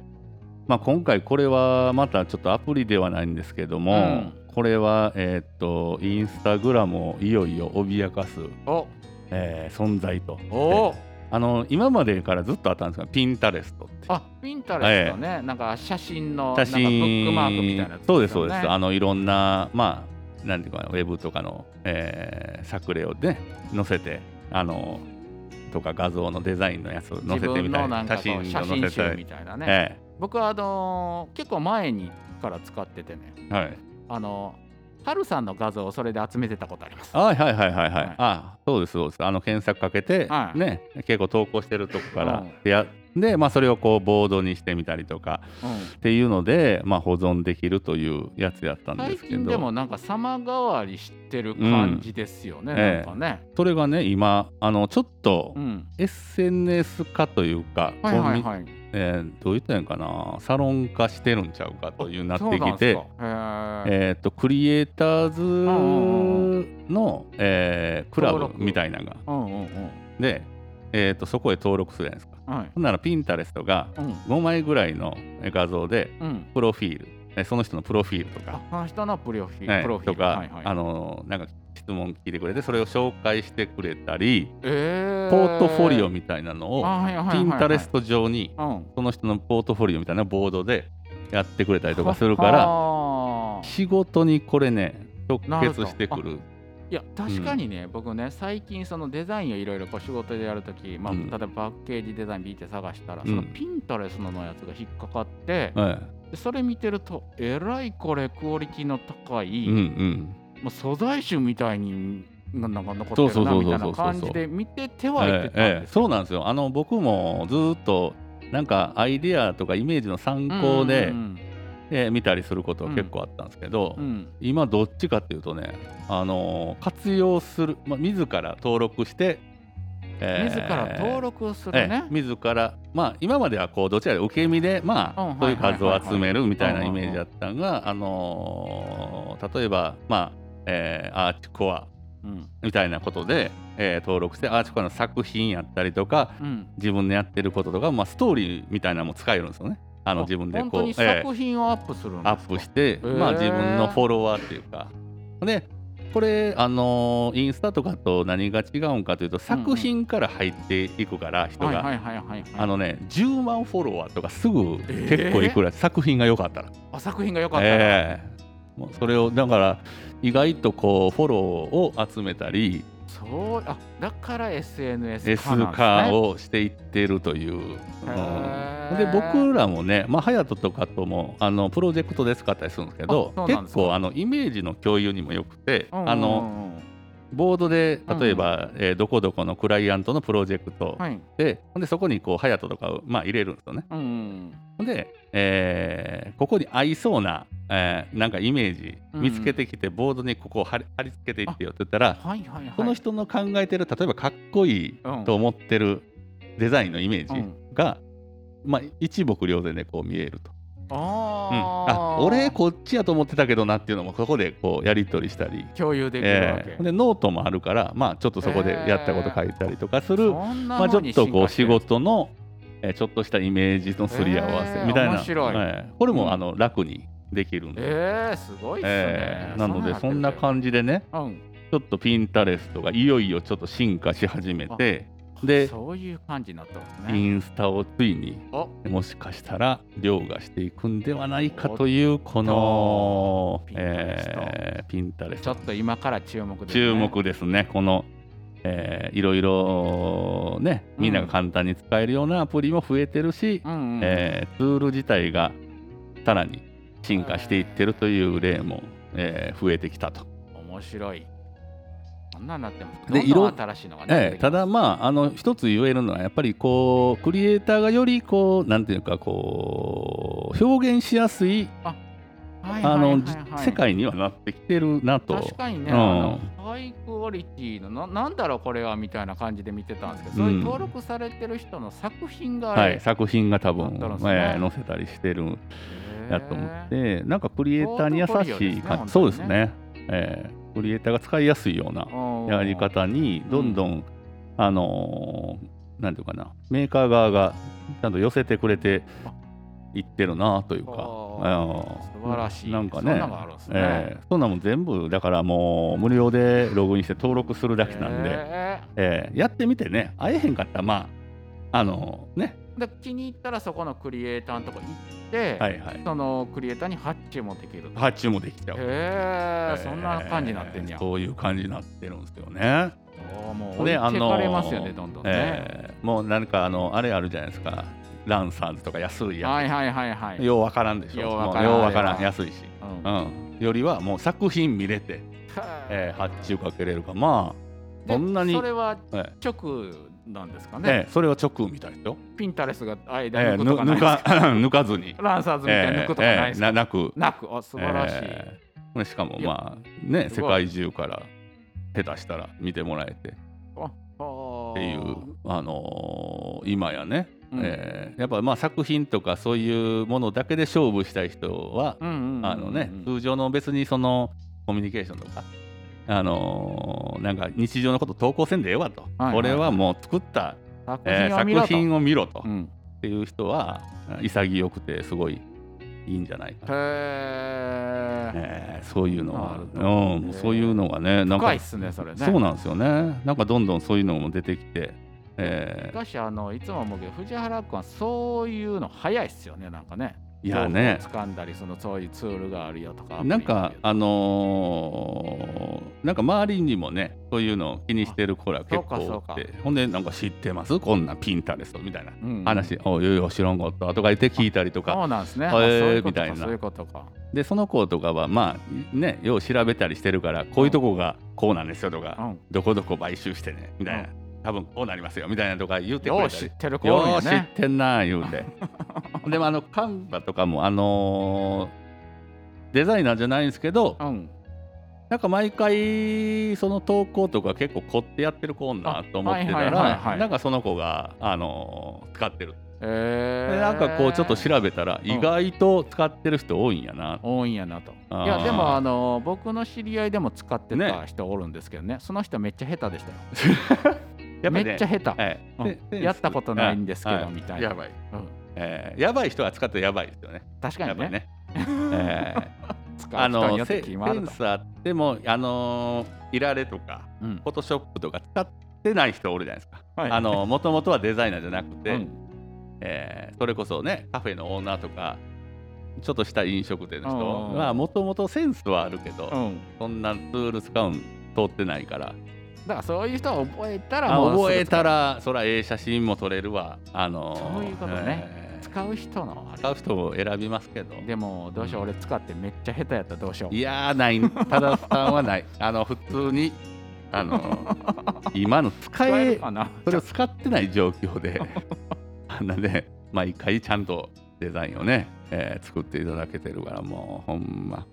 Speaker 1: まあ、今回これはまたちょっとアプリではないんですけども、
Speaker 2: うん
Speaker 1: これは、えーっとインスタグラムをいよいよ脅かす、
Speaker 2: お
Speaker 1: えー存在と
Speaker 2: おお
Speaker 1: あの今までからずっとあったんですがピンタレストって
Speaker 2: あ、ピンタレストね、なんか写真の
Speaker 1: 写
Speaker 2: なんかブックマークみたいな
Speaker 1: 真
Speaker 2: やつ
Speaker 1: そう
Speaker 2: よね、
Speaker 1: ですそうですあのいろんなまあなんていうかなウェブとかの、えー作例をね載せてあのとか画像のデザインのやつを載せ
Speaker 2: 自
Speaker 1: て
Speaker 2: 分
Speaker 1: みた
Speaker 2: の
Speaker 1: い
Speaker 2: なんか
Speaker 1: 写
Speaker 2: こう
Speaker 1: 真
Speaker 2: 写
Speaker 1: を載
Speaker 2: 真
Speaker 1: せた
Speaker 2: 集
Speaker 1: り
Speaker 2: みたいなね。
Speaker 1: え
Speaker 2: 僕はあのー結構前にから使っててね、
Speaker 1: えはい、
Speaker 2: あのー、ハルさんの画像をそれで集めてたことあります。
Speaker 1: はいはいはいはいはい、
Speaker 2: はい
Speaker 1: あそうですそうですあの検索かけて、
Speaker 2: はい
Speaker 1: ね結構投稿してるとこから、
Speaker 2: うん
Speaker 1: でやで、まあ、それをこうボードにしてみたりとか
Speaker 2: うん
Speaker 1: っていうので、まあ、保存できるというやつやったんで
Speaker 2: 最
Speaker 1: すけ
Speaker 2: 近で
Speaker 1: ど
Speaker 2: もなんか様変わりしてる感じですよね、
Speaker 1: うんええ
Speaker 2: なんかね。
Speaker 1: それがね今あのちょっと
Speaker 2: うん。
Speaker 1: SNS 化というか、
Speaker 2: はいは
Speaker 1: コミ
Speaker 2: いはい。
Speaker 1: えーどう言ったんやかなサロン化してるんちゃうかというなって
Speaker 2: そうなん
Speaker 1: きて
Speaker 2: ですか。へ
Speaker 1: え
Speaker 2: え
Speaker 1: ー、とクリエイターズ
Speaker 2: ん
Speaker 1: の、えークラブ
Speaker 2: 登録
Speaker 1: みたいなのが
Speaker 2: うんうんうん。
Speaker 1: で、えー、とそこへ登録するじゃないですか
Speaker 2: はい。
Speaker 1: ほんならピンタレストが
Speaker 2: うん
Speaker 1: 5枚ぐらいの画像で
Speaker 2: うん。
Speaker 1: プロフィールえその人のプロフィールと
Speaker 2: あ
Speaker 1: か、、
Speaker 2: この人のプロフィ
Speaker 1: え
Speaker 2: ー
Speaker 1: え
Speaker 2: ル。プロフィ
Speaker 1: と
Speaker 2: ール
Speaker 1: か、
Speaker 2: はいはい
Speaker 1: あのーなんか質問聞いてくれてそれを紹介してくれたり、
Speaker 2: ええ
Speaker 1: ポートフォリオみたいなのを
Speaker 2: あはいはいはいは
Speaker 1: ピ
Speaker 2: い
Speaker 1: ンタレスト上に
Speaker 2: うん。
Speaker 1: その人のポートフォリオみたいなボードでやってくれたりとかするか
Speaker 2: は
Speaker 1: ら
Speaker 2: はー
Speaker 1: 仕事にこれね直結してく
Speaker 2: な
Speaker 1: る
Speaker 2: いや確かにね、僕ね最近そのデザインをいろいろこう仕事でやるとき、まあ
Speaker 1: うん
Speaker 2: 例えばパッケージデザインビーって探したら、
Speaker 1: うん
Speaker 2: そのピンタレスののやつが引っかかって、
Speaker 1: え
Speaker 2: でそれ見てるとえらいこれクオリティの高
Speaker 1: え
Speaker 2: い、
Speaker 1: うんう
Speaker 2: も
Speaker 1: ん
Speaker 2: う素材集みたいにななんか残
Speaker 1: そ
Speaker 2: っ
Speaker 1: う
Speaker 2: て
Speaker 1: そ
Speaker 2: る
Speaker 1: うそう
Speaker 2: な
Speaker 1: そう
Speaker 2: みたい
Speaker 1: そうそ
Speaker 2: な
Speaker 1: うそう
Speaker 2: 感じで見てて
Speaker 1: え
Speaker 2: はいて
Speaker 1: え
Speaker 2: たん
Speaker 1: え
Speaker 2: で
Speaker 1: え
Speaker 2: す
Speaker 1: そう
Speaker 2: よ。
Speaker 1: なんですよあの僕もずーっとなんかアイデアとかイメージの参考で、
Speaker 2: うん
Speaker 1: えー見たりすることは結構あったんですけど、
Speaker 2: うんうん
Speaker 1: 今どっちかっていうとね、あのー活用する、まあ、自ら登録してえー
Speaker 2: 自ら登録す
Speaker 1: え
Speaker 2: る
Speaker 1: え
Speaker 2: ね。
Speaker 1: 自ら、まあ、今まではこうどちらで受け身で、ま
Speaker 2: うん
Speaker 1: あ、そういう数を
Speaker 2: はいはいはいはい
Speaker 1: 集めるみたいな
Speaker 2: うんうん
Speaker 1: イ
Speaker 2: うん
Speaker 1: メージだったが、あのー例えば、まあえーアーチコア
Speaker 2: うん
Speaker 1: みたいなことで、えー登録してアーチコアの作品やったりとか
Speaker 2: うん
Speaker 1: 自分でやってることとか、まあ、ストーリーみたいなのも使えるんですよね。あの自分で
Speaker 2: 本
Speaker 1: こ
Speaker 2: 当
Speaker 1: う、
Speaker 2: に
Speaker 1: ええ
Speaker 2: 作品をアップするんですか
Speaker 1: アップして、
Speaker 2: ー
Speaker 1: まあ、自分のフォロワーっていうか。でこれあのーインスタとかと何が違うんかというと作品から入っていくから人
Speaker 2: はい
Speaker 1: が
Speaker 2: はいはいはいはい
Speaker 1: あのね、10万フォロワーとかすぐ結構いくらい、作品が良かったら。
Speaker 2: あ作品が良かったら、
Speaker 1: ええもうそれをだから意外とこうフォローを集めたり
Speaker 2: そうあだから SNS 化
Speaker 1: S
Speaker 2: なんですね
Speaker 1: 化をしていってるという。うん
Speaker 2: へー
Speaker 1: で僕らもね、まあ、隼人とかともあのプロジェクトで使ったりするんですけど
Speaker 2: あそうなんで
Speaker 1: 結
Speaker 2: すか
Speaker 1: 構あのイメージの共有にもよくて、
Speaker 2: うんうんうん
Speaker 1: あのボードで例えば、えーどこどこのクライアントのプロジェクト
Speaker 2: はい
Speaker 1: で,、ほんでそこにこう隼人とかを、まあ、入れるんですよね。
Speaker 2: うんうん
Speaker 1: で、えーここに合いそうな、えーなんかイメージ
Speaker 2: うん
Speaker 1: 見つけてきて、ボードにここを貼り貼り付けていってよって言ったら、
Speaker 2: はいはいはい
Speaker 1: この人の考えてる例えばかっこいいと思ってるデザインのイメー
Speaker 2: う
Speaker 1: ジ
Speaker 2: ん
Speaker 1: が、まあ、一目瞭然でこう見えると、
Speaker 2: あ
Speaker 1: うんあ
Speaker 2: あ、
Speaker 1: 俺こっちやと思ってたけどなっていうのもここでこうやり取りしたり。
Speaker 2: 共有できるわけ、
Speaker 1: えーほんでノートもあるから、まあ、ちょっとそこでやったこと書いたりとかする、
Speaker 2: そんな
Speaker 1: まあ、ちょ
Speaker 2: の
Speaker 1: っ
Speaker 2: に
Speaker 1: とこう仕
Speaker 2: 進化して
Speaker 1: 事の、えーちょっとしたイメージのすり合わ
Speaker 2: え
Speaker 1: せ
Speaker 2: ー
Speaker 1: みたいな、
Speaker 2: 面白い
Speaker 1: えーこれ
Speaker 2: うん
Speaker 1: もあの楽にできるんで、
Speaker 2: ええすごいっすね、
Speaker 1: えーなのでそんな
Speaker 2: じ
Speaker 1: 感じでね
Speaker 2: うん
Speaker 1: ちょっとピンタレストがいよいよちょっと進化し始めてで
Speaker 2: そういう感じになったんです
Speaker 1: イ
Speaker 2: ね
Speaker 1: ンスタをついに
Speaker 2: お
Speaker 1: もしかしたら凌駕していくんではないかというこの
Speaker 2: おっと
Speaker 1: えーピンタレスト
Speaker 2: ちょっと今から注目です、ね、
Speaker 1: 注目ですね、この、えーいろいろね、みんなが簡単に使えるようなアプリも増えてるし、
Speaker 2: うんうん、
Speaker 1: えーツール自体がさらに進化していってるという例も、えー増えてきたと。
Speaker 2: 面白いこんなんなってます
Speaker 1: で
Speaker 2: どんどん
Speaker 1: 色
Speaker 2: 新しいのがね、
Speaker 1: えーただまああの一つ言えるのはやっぱりこうクリエイターがよりこうなんていうかこう表現しやすい
Speaker 2: はいはい
Speaker 1: あ
Speaker 2: はいはい
Speaker 1: のじ世界にはなってきてるなと。
Speaker 2: 確かにね、
Speaker 1: うん
Speaker 2: あのハイクオリティのななんだろうこれはみたいな感じで見てたんですけど、そういう
Speaker 1: うん
Speaker 2: 登録されてる人の作品があ
Speaker 1: は
Speaker 2: れ、
Speaker 1: い、作品が多
Speaker 2: あ
Speaker 1: 分
Speaker 2: ったら、すごい
Speaker 1: えー載せたりしてる
Speaker 2: へー
Speaker 1: やと思って、なんかクリエイターに優しい感じ、そ
Speaker 2: ポ
Speaker 1: うです
Speaker 2: ートフォリオですね
Speaker 1: ね、えークリエイターが使いやすいような
Speaker 2: うん
Speaker 1: やり方に、どんどん、あのーなんていうかな、メーカー側がちゃんと寄せてくれていってるなというか、
Speaker 2: あ
Speaker 1: あ
Speaker 2: ー
Speaker 1: のー
Speaker 2: 素晴らしい
Speaker 1: なんか
Speaker 2: そ
Speaker 1: ね
Speaker 2: んなのがあるんですね
Speaker 1: えーそんなもん全部、だからもう無料でログインして登録するだけなんで、え
Speaker 2: へ
Speaker 1: ーやってみてね、会えへんかったら、まあ、あのーね、
Speaker 2: ーで気に入ったらそこのクリエイターのとこ行って、
Speaker 1: はいはい、
Speaker 2: そのクリエイターに発注もできると
Speaker 1: 発注もできちゃう。
Speaker 2: へえそんな感じになってん
Speaker 1: え
Speaker 2: や
Speaker 1: ーそういう感じになってるんですよね。
Speaker 2: おーもう置い
Speaker 1: で、
Speaker 2: て
Speaker 1: あ
Speaker 2: か
Speaker 1: の
Speaker 2: れますよね、どんどんね、
Speaker 1: えーもうなんかあのあれあるじゃないですかランサーズとか安いや
Speaker 2: はいはいはいは
Speaker 1: つ、
Speaker 2: い
Speaker 1: ようわからんでしょ
Speaker 2: よう
Speaker 1: も
Speaker 2: わ
Speaker 1: う
Speaker 2: からん
Speaker 1: ようわから
Speaker 2: あ
Speaker 1: ん
Speaker 2: れは
Speaker 1: 安いし、
Speaker 2: うん
Speaker 1: うん、よりはもう作品見れて、えー発注かけれるかま
Speaker 2: で
Speaker 1: そんなに
Speaker 2: それは
Speaker 1: あ、えー
Speaker 2: 直なんですかね、
Speaker 1: えーそれは直みたいですよ、
Speaker 2: ピンタレスが間
Speaker 1: えー
Speaker 2: 抜くとかない
Speaker 1: ぬ
Speaker 2: で
Speaker 1: 抜
Speaker 2: すか,、
Speaker 1: か [laughs] 抜かずに
Speaker 2: ランサーズみたいに抜くとかな
Speaker 1: え
Speaker 2: いで
Speaker 1: ー
Speaker 2: すか、
Speaker 1: ななく
Speaker 2: なくあ素晴らしい、
Speaker 1: えーしかも
Speaker 2: いや
Speaker 1: まあね
Speaker 2: す
Speaker 1: 世
Speaker 2: ごい
Speaker 1: 界中から下手したら見てもらえて
Speaker 2: っ
Speaker 1: っていう、あのー今やね、
Speaker 2: うん
Speaker 1: えーやっぱまあ作品とかそういうものだけで勝負したい人は、
Speaker 2: うんうんうんうん
Speaker 1: あのね、通常の別にそのコミュニケーションとか、あのーなんか日常のこと投稿せんでええわと、
Speaker 2: はいはい
Speaker 1: 俺はもう作った、
Speaker 2: 作
Speaker 1: えー
Speaker 2: 品を見ろ
Speaker 1: 作品を見ろと、
Speaker 2: と
Speaker 1: っ
Speaker 2: うん
Speaker 1: ていう人は潔くてすごいいいんじゃないかな。
Speaker 2: へえ
Speaker 1: えーそういうのはある、
Speaker 2: なるほど
Speaker 1: うん、そういうのがね、なん
Speaker 2: 深
Speaker 1: か
Speaker 2: いっすねそれね
Speaker 1: そうなんですよね。なんかどんどんそういうのも出てきて、え
Speaker 2: しかしあのいつも思うけど藤原君はそういうの早いっすよねなんかね
Speaker 1: ーいやね
Speaker 2: 情、報を掴んだりそのそういうツールがあるよとか
Speaker 1: なんか
Speaker 2: ア
Speaker 1: あのーなんか周りにもねそういうのを気にしてる子ら結
Speaker 2: あそう
Speaker 1: 構
Speaker 2: か
Speaker 1: 多
Speaker 2: そ
Speaker 1: く
Speaker 2: う
Speaker 1: てほんでなんか知ってますこんなピンタレストみたいな
Speaker 2: プリうん
Speaker 1: 話、おいよいよ知らんかったとか言って聞いたりとか
Speaker 2: そうなんですね、
Speaker 1: へ
Speaker 2: あ
Speaker 1: ー
Speaker 2: そういうこと
Speaker 1: みたい
Speaker 2: か
Speaker 1: な
Speaker 2: そういうことか
Speaker 1: でその子とかはまあねよう調べたりしてるからこういうとこがこうなんですよと
Speaker 2: う
Speaker 1: か
Speaker 2: ん
Speaker 1: どこどこ買収してねみたいな
Speaker 2: う
Speaker 1: 多分こうなりますよみたいなとか言ってく
Speaker 2: よ
Speaker 1: れ
Speaker 2: う
Speaker 1: た
Speaker 2: 知
Speaker 1: り
Speaker 2: ってる子
Speaker 1: よ
Speaker 2: 多
Speaker 1: う
Speaker 2: い
Speaker 1: 知
Speaker 2: よ
Speaker 1: っ
Speaker 2: ね
Speaker 1: てんな言うて
Speaker 2: [laughs]
Speaker 1: でもあのカンバとかもあのーデザイナーじゃないんですけど、
Speaker 2: うん
Speaker 1: なんか毎回その投稿とか結構凝ってやってる子なと思ってた
Speaker 2: あはいはいはいは
Speaker 1: ら
Speaker 2: い
Speaker 1: なんかその子が、あのー使ってる
Speaker 2: え
Speaker 1: で
Speaker 2: ー
Speaker 1: なんかこうちょっと調べたら
Speaker 2: うん
Speaker 1: 意外と使ってる人多いんやな、
Speaker 2: 多いんやなと
Speaker 1: あー
Speaker 2: いやでもあの僕の知り合いでも使ってた人おるんですけどねその人めっちゃ下手でしたよ
Speaker 1: やっぱりね
Speaker 2: めっちゃ下手、
Speaker 1: ええで
Speaker 2: うん
Speaker 1: で
Speaker 2: やったことないんですけど、
Speaker 1: はい
Speaker 2: みたいな、
Speaker 1: やばい、
Speaker 2: うん
Speaker 1: えーやばい人が使ってやばいですよね
Speaker 2: 確か
Speaker 1: や
Speaker 2: に
Speaker 1: ば
Speaker 2: ね
Speaker 1: いね、えー
Speaker 2: [laughs] 使
Speaker 1: あ
Speaker 2: う人によ
Speaker 1: の
Speaker 2: っ
Speaker 1: セ
Speaker 2: て
Speaker 1: セ
Speaker 2: 決まる
Speaker 1: ン
Speaker 2: と、
Speaker 1: スあってもあのーいられとか
Speaker 2: うん
Speaker 1: フォトショップとか使ってない人おるじゃないですか
Speaker 2: はい
Speaker 1: あのもともとはデザイナーじゃなくて、
Speaker 2: うん
Speaker 1: えーそれこそねカフェのオーナーとかちょっとした飲食店の
Speaker 2: うん
Speaker 1: 人はもともとセンスはあるけど、
Speaker 2: うん
Speaker 1: そんなツール使うん通ってないから
Speaker 2: だからそういう人は覚えたら
Speaker 1: あ
Speaker 2: もうすぐ
Speaker 1: 覚えたらそらええ写真も撮れるわあのー
Speaker 2: そういうことね
Speaker 1: えー
Speaker 2: 使う人のあれ
Speaker 1: 使う人を選びますけど
Speaker 2: でもどうしよう俺使ってめっちゃ下手やったらどうしよう
Speaker 1: いやー
Speaker 2: [laughs]
Speaker 1: ないたださんはないあの普通にあのー
Speaker 2: [laughs]
Speaker 1: 今の使
Speaker 2: 使え
Speaker 1: え
Speaker 2: るかな、
Speaker 1: それを使ってない状況
Speaker 2: [laughs]
Speaker 1: であんなね毎回ちゃんとデザインをね、えー作っていただけてるからもうほんま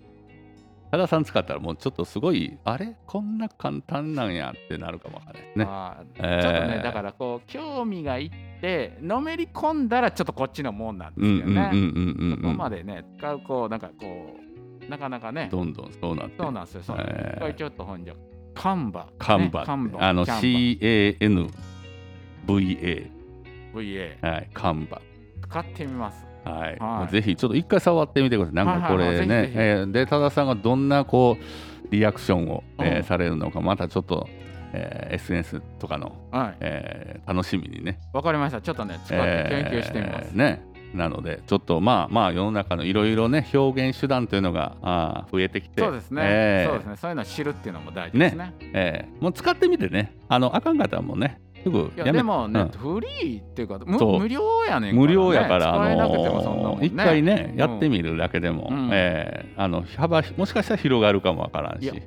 Speaker 1: 多田さん使ったらもうちょっとすごいあれこんな簡単なんやってなるかもわからないですね。
Speaker 2: あー
Speaker 1: えー
Speaker 2: ちょっとねだからこう興味がいってのめり込んだらちょっとこっちのもんなんで
Speaker 1: うんうん
Speaker 2: すよ
Speaker 1: うん
Speaker 2: ね
Speaker 1: うん
Speaker 2: そこ
Speaker 1: うん
Speaker 2: までね使うこうなんかこうなかなかね
Speaker 1: どんどんそうなって
Speaker 2: そうなんですよそうなんですよ
Speaker 1: えー
Speaker 2: これちょっと本じゃカンバ
Speaker 1: カン
Speaker 2: ね
Speaker 1: バ、
Speaker 2: カンバ
Speaker 1: あの
Speaker 2: キャンバ
Speaker 1: CANVA、
Speaker 2: VA
Speaker 1: はい、カンバ
Speaker 2: 使ってみます
Speaker 1: はい、
Speaker 2: はい
Speaker 1: もうぜひちょっと一回触ってみてください。なんかこ
Speaker 2: はいは
Speaker 1: れ
Speaker 2: い
Speaker 1: ね、
Speaker 2: はいぜひぜひ
Speaker 1: えーで多田さんがどんなこうリアクションを、えー
Speaker 2: うん
Speaker 1: されるのか、またちょっと、えー SNS とかの、
Speaker 2: はい
Speaker 1: えー楽しみにね、
Speaker 2: わかりましたちょっとね使って研究してみます
Speaker 1: えーね。なのでちょっとまあまあ世の中のいろいろね表現手段というのがあー増えてきて
Speaker 2: そうですね、
Speaker 1: えー
Speaker 2: そうですね、そういうのを知るっていうのも大事ですね。
Speaker 1: えーもう使ってみてねあのあかんかったらもうねすぐ
Speaker 2: い
Speaker 1: や
Speaker 2: や
Speaker 1: め
Speaker 2: でもね、
Speaker 1: うん
Speaker 2: フリーっていうか、む
Speaker 1: そう
Speaker 2: 無料やねんから、ね、
Speaker 1: 無料やから、
Speaker 2: 使え
Speaker 1: あ
Speaker 2: な
Speaker 1: の
Speaker 2: くてもそんなもんね。
Speaker 1: 一回ね、やって
Speaker 2: み、
Speaker 1: みるだけでも、
Speaker 2: うん
Speaker 1: えーあの幅もしかしたら広がるかもわからん
Speaker 2: い
Speaker 1: し
Speaker 2: やぜ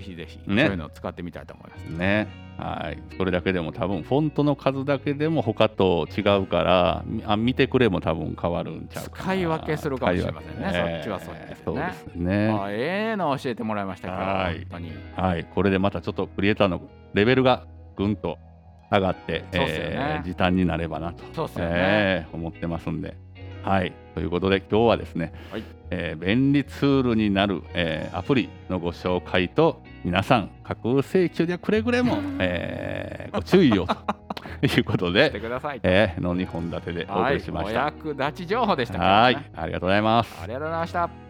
Speaker 2: ひぜひ、
Speaker 1: ね
Speaker 2: そういうのを使ってみたいと思います。
Speaker 1: ねはいそれだけでも多分フォントの数だけでも他と違うからみあ見てくれも多分変わるんちゃうかな
Speaker 2: 使い分けするかもしれませんね
Speaker 1: 使い分け
Speaker 2: そっちはそっちでね
Speaker 1: そうですね
Speaker 2: あええの教えてもらいましたから、
Speaker 1: はい
Speaker 2: 本当に。
Speaker 1: はい、これでまたちょっとクリエイターのレベルがぐんと上がって、
Speaker 2: そうっすよね
Speaker 1: えー時短になればなと、
Speaker 2: そうっすよね
Speaker 1: えー思ってますんで。はい、ということで今日はですね、
Speaker 2: はい
Speaker 1: えー便利ツールになる、えーアプリのご紹介と皆さん架空請求ではくれぐれも、
Speaker 2: [laughs]
Speaker 1: えーご注意をということ
Speaker 2: [laughs] やって
Speaker 1: で、
Speaker 2: ください。
Speaker 1: えーの2本立てでお送
Speaker 2: は
Speaker 1: り
Speaker 2: い
Speaker 1: し、ま
Speaker 2: お
Speaker 1: した。
Speaker 2: 役立ち情報でした、
Speaker 1: はい
Speaker 2: 今日ね
Speaker 1: ありがとうございます。
Speaker 2: ありがとうございました。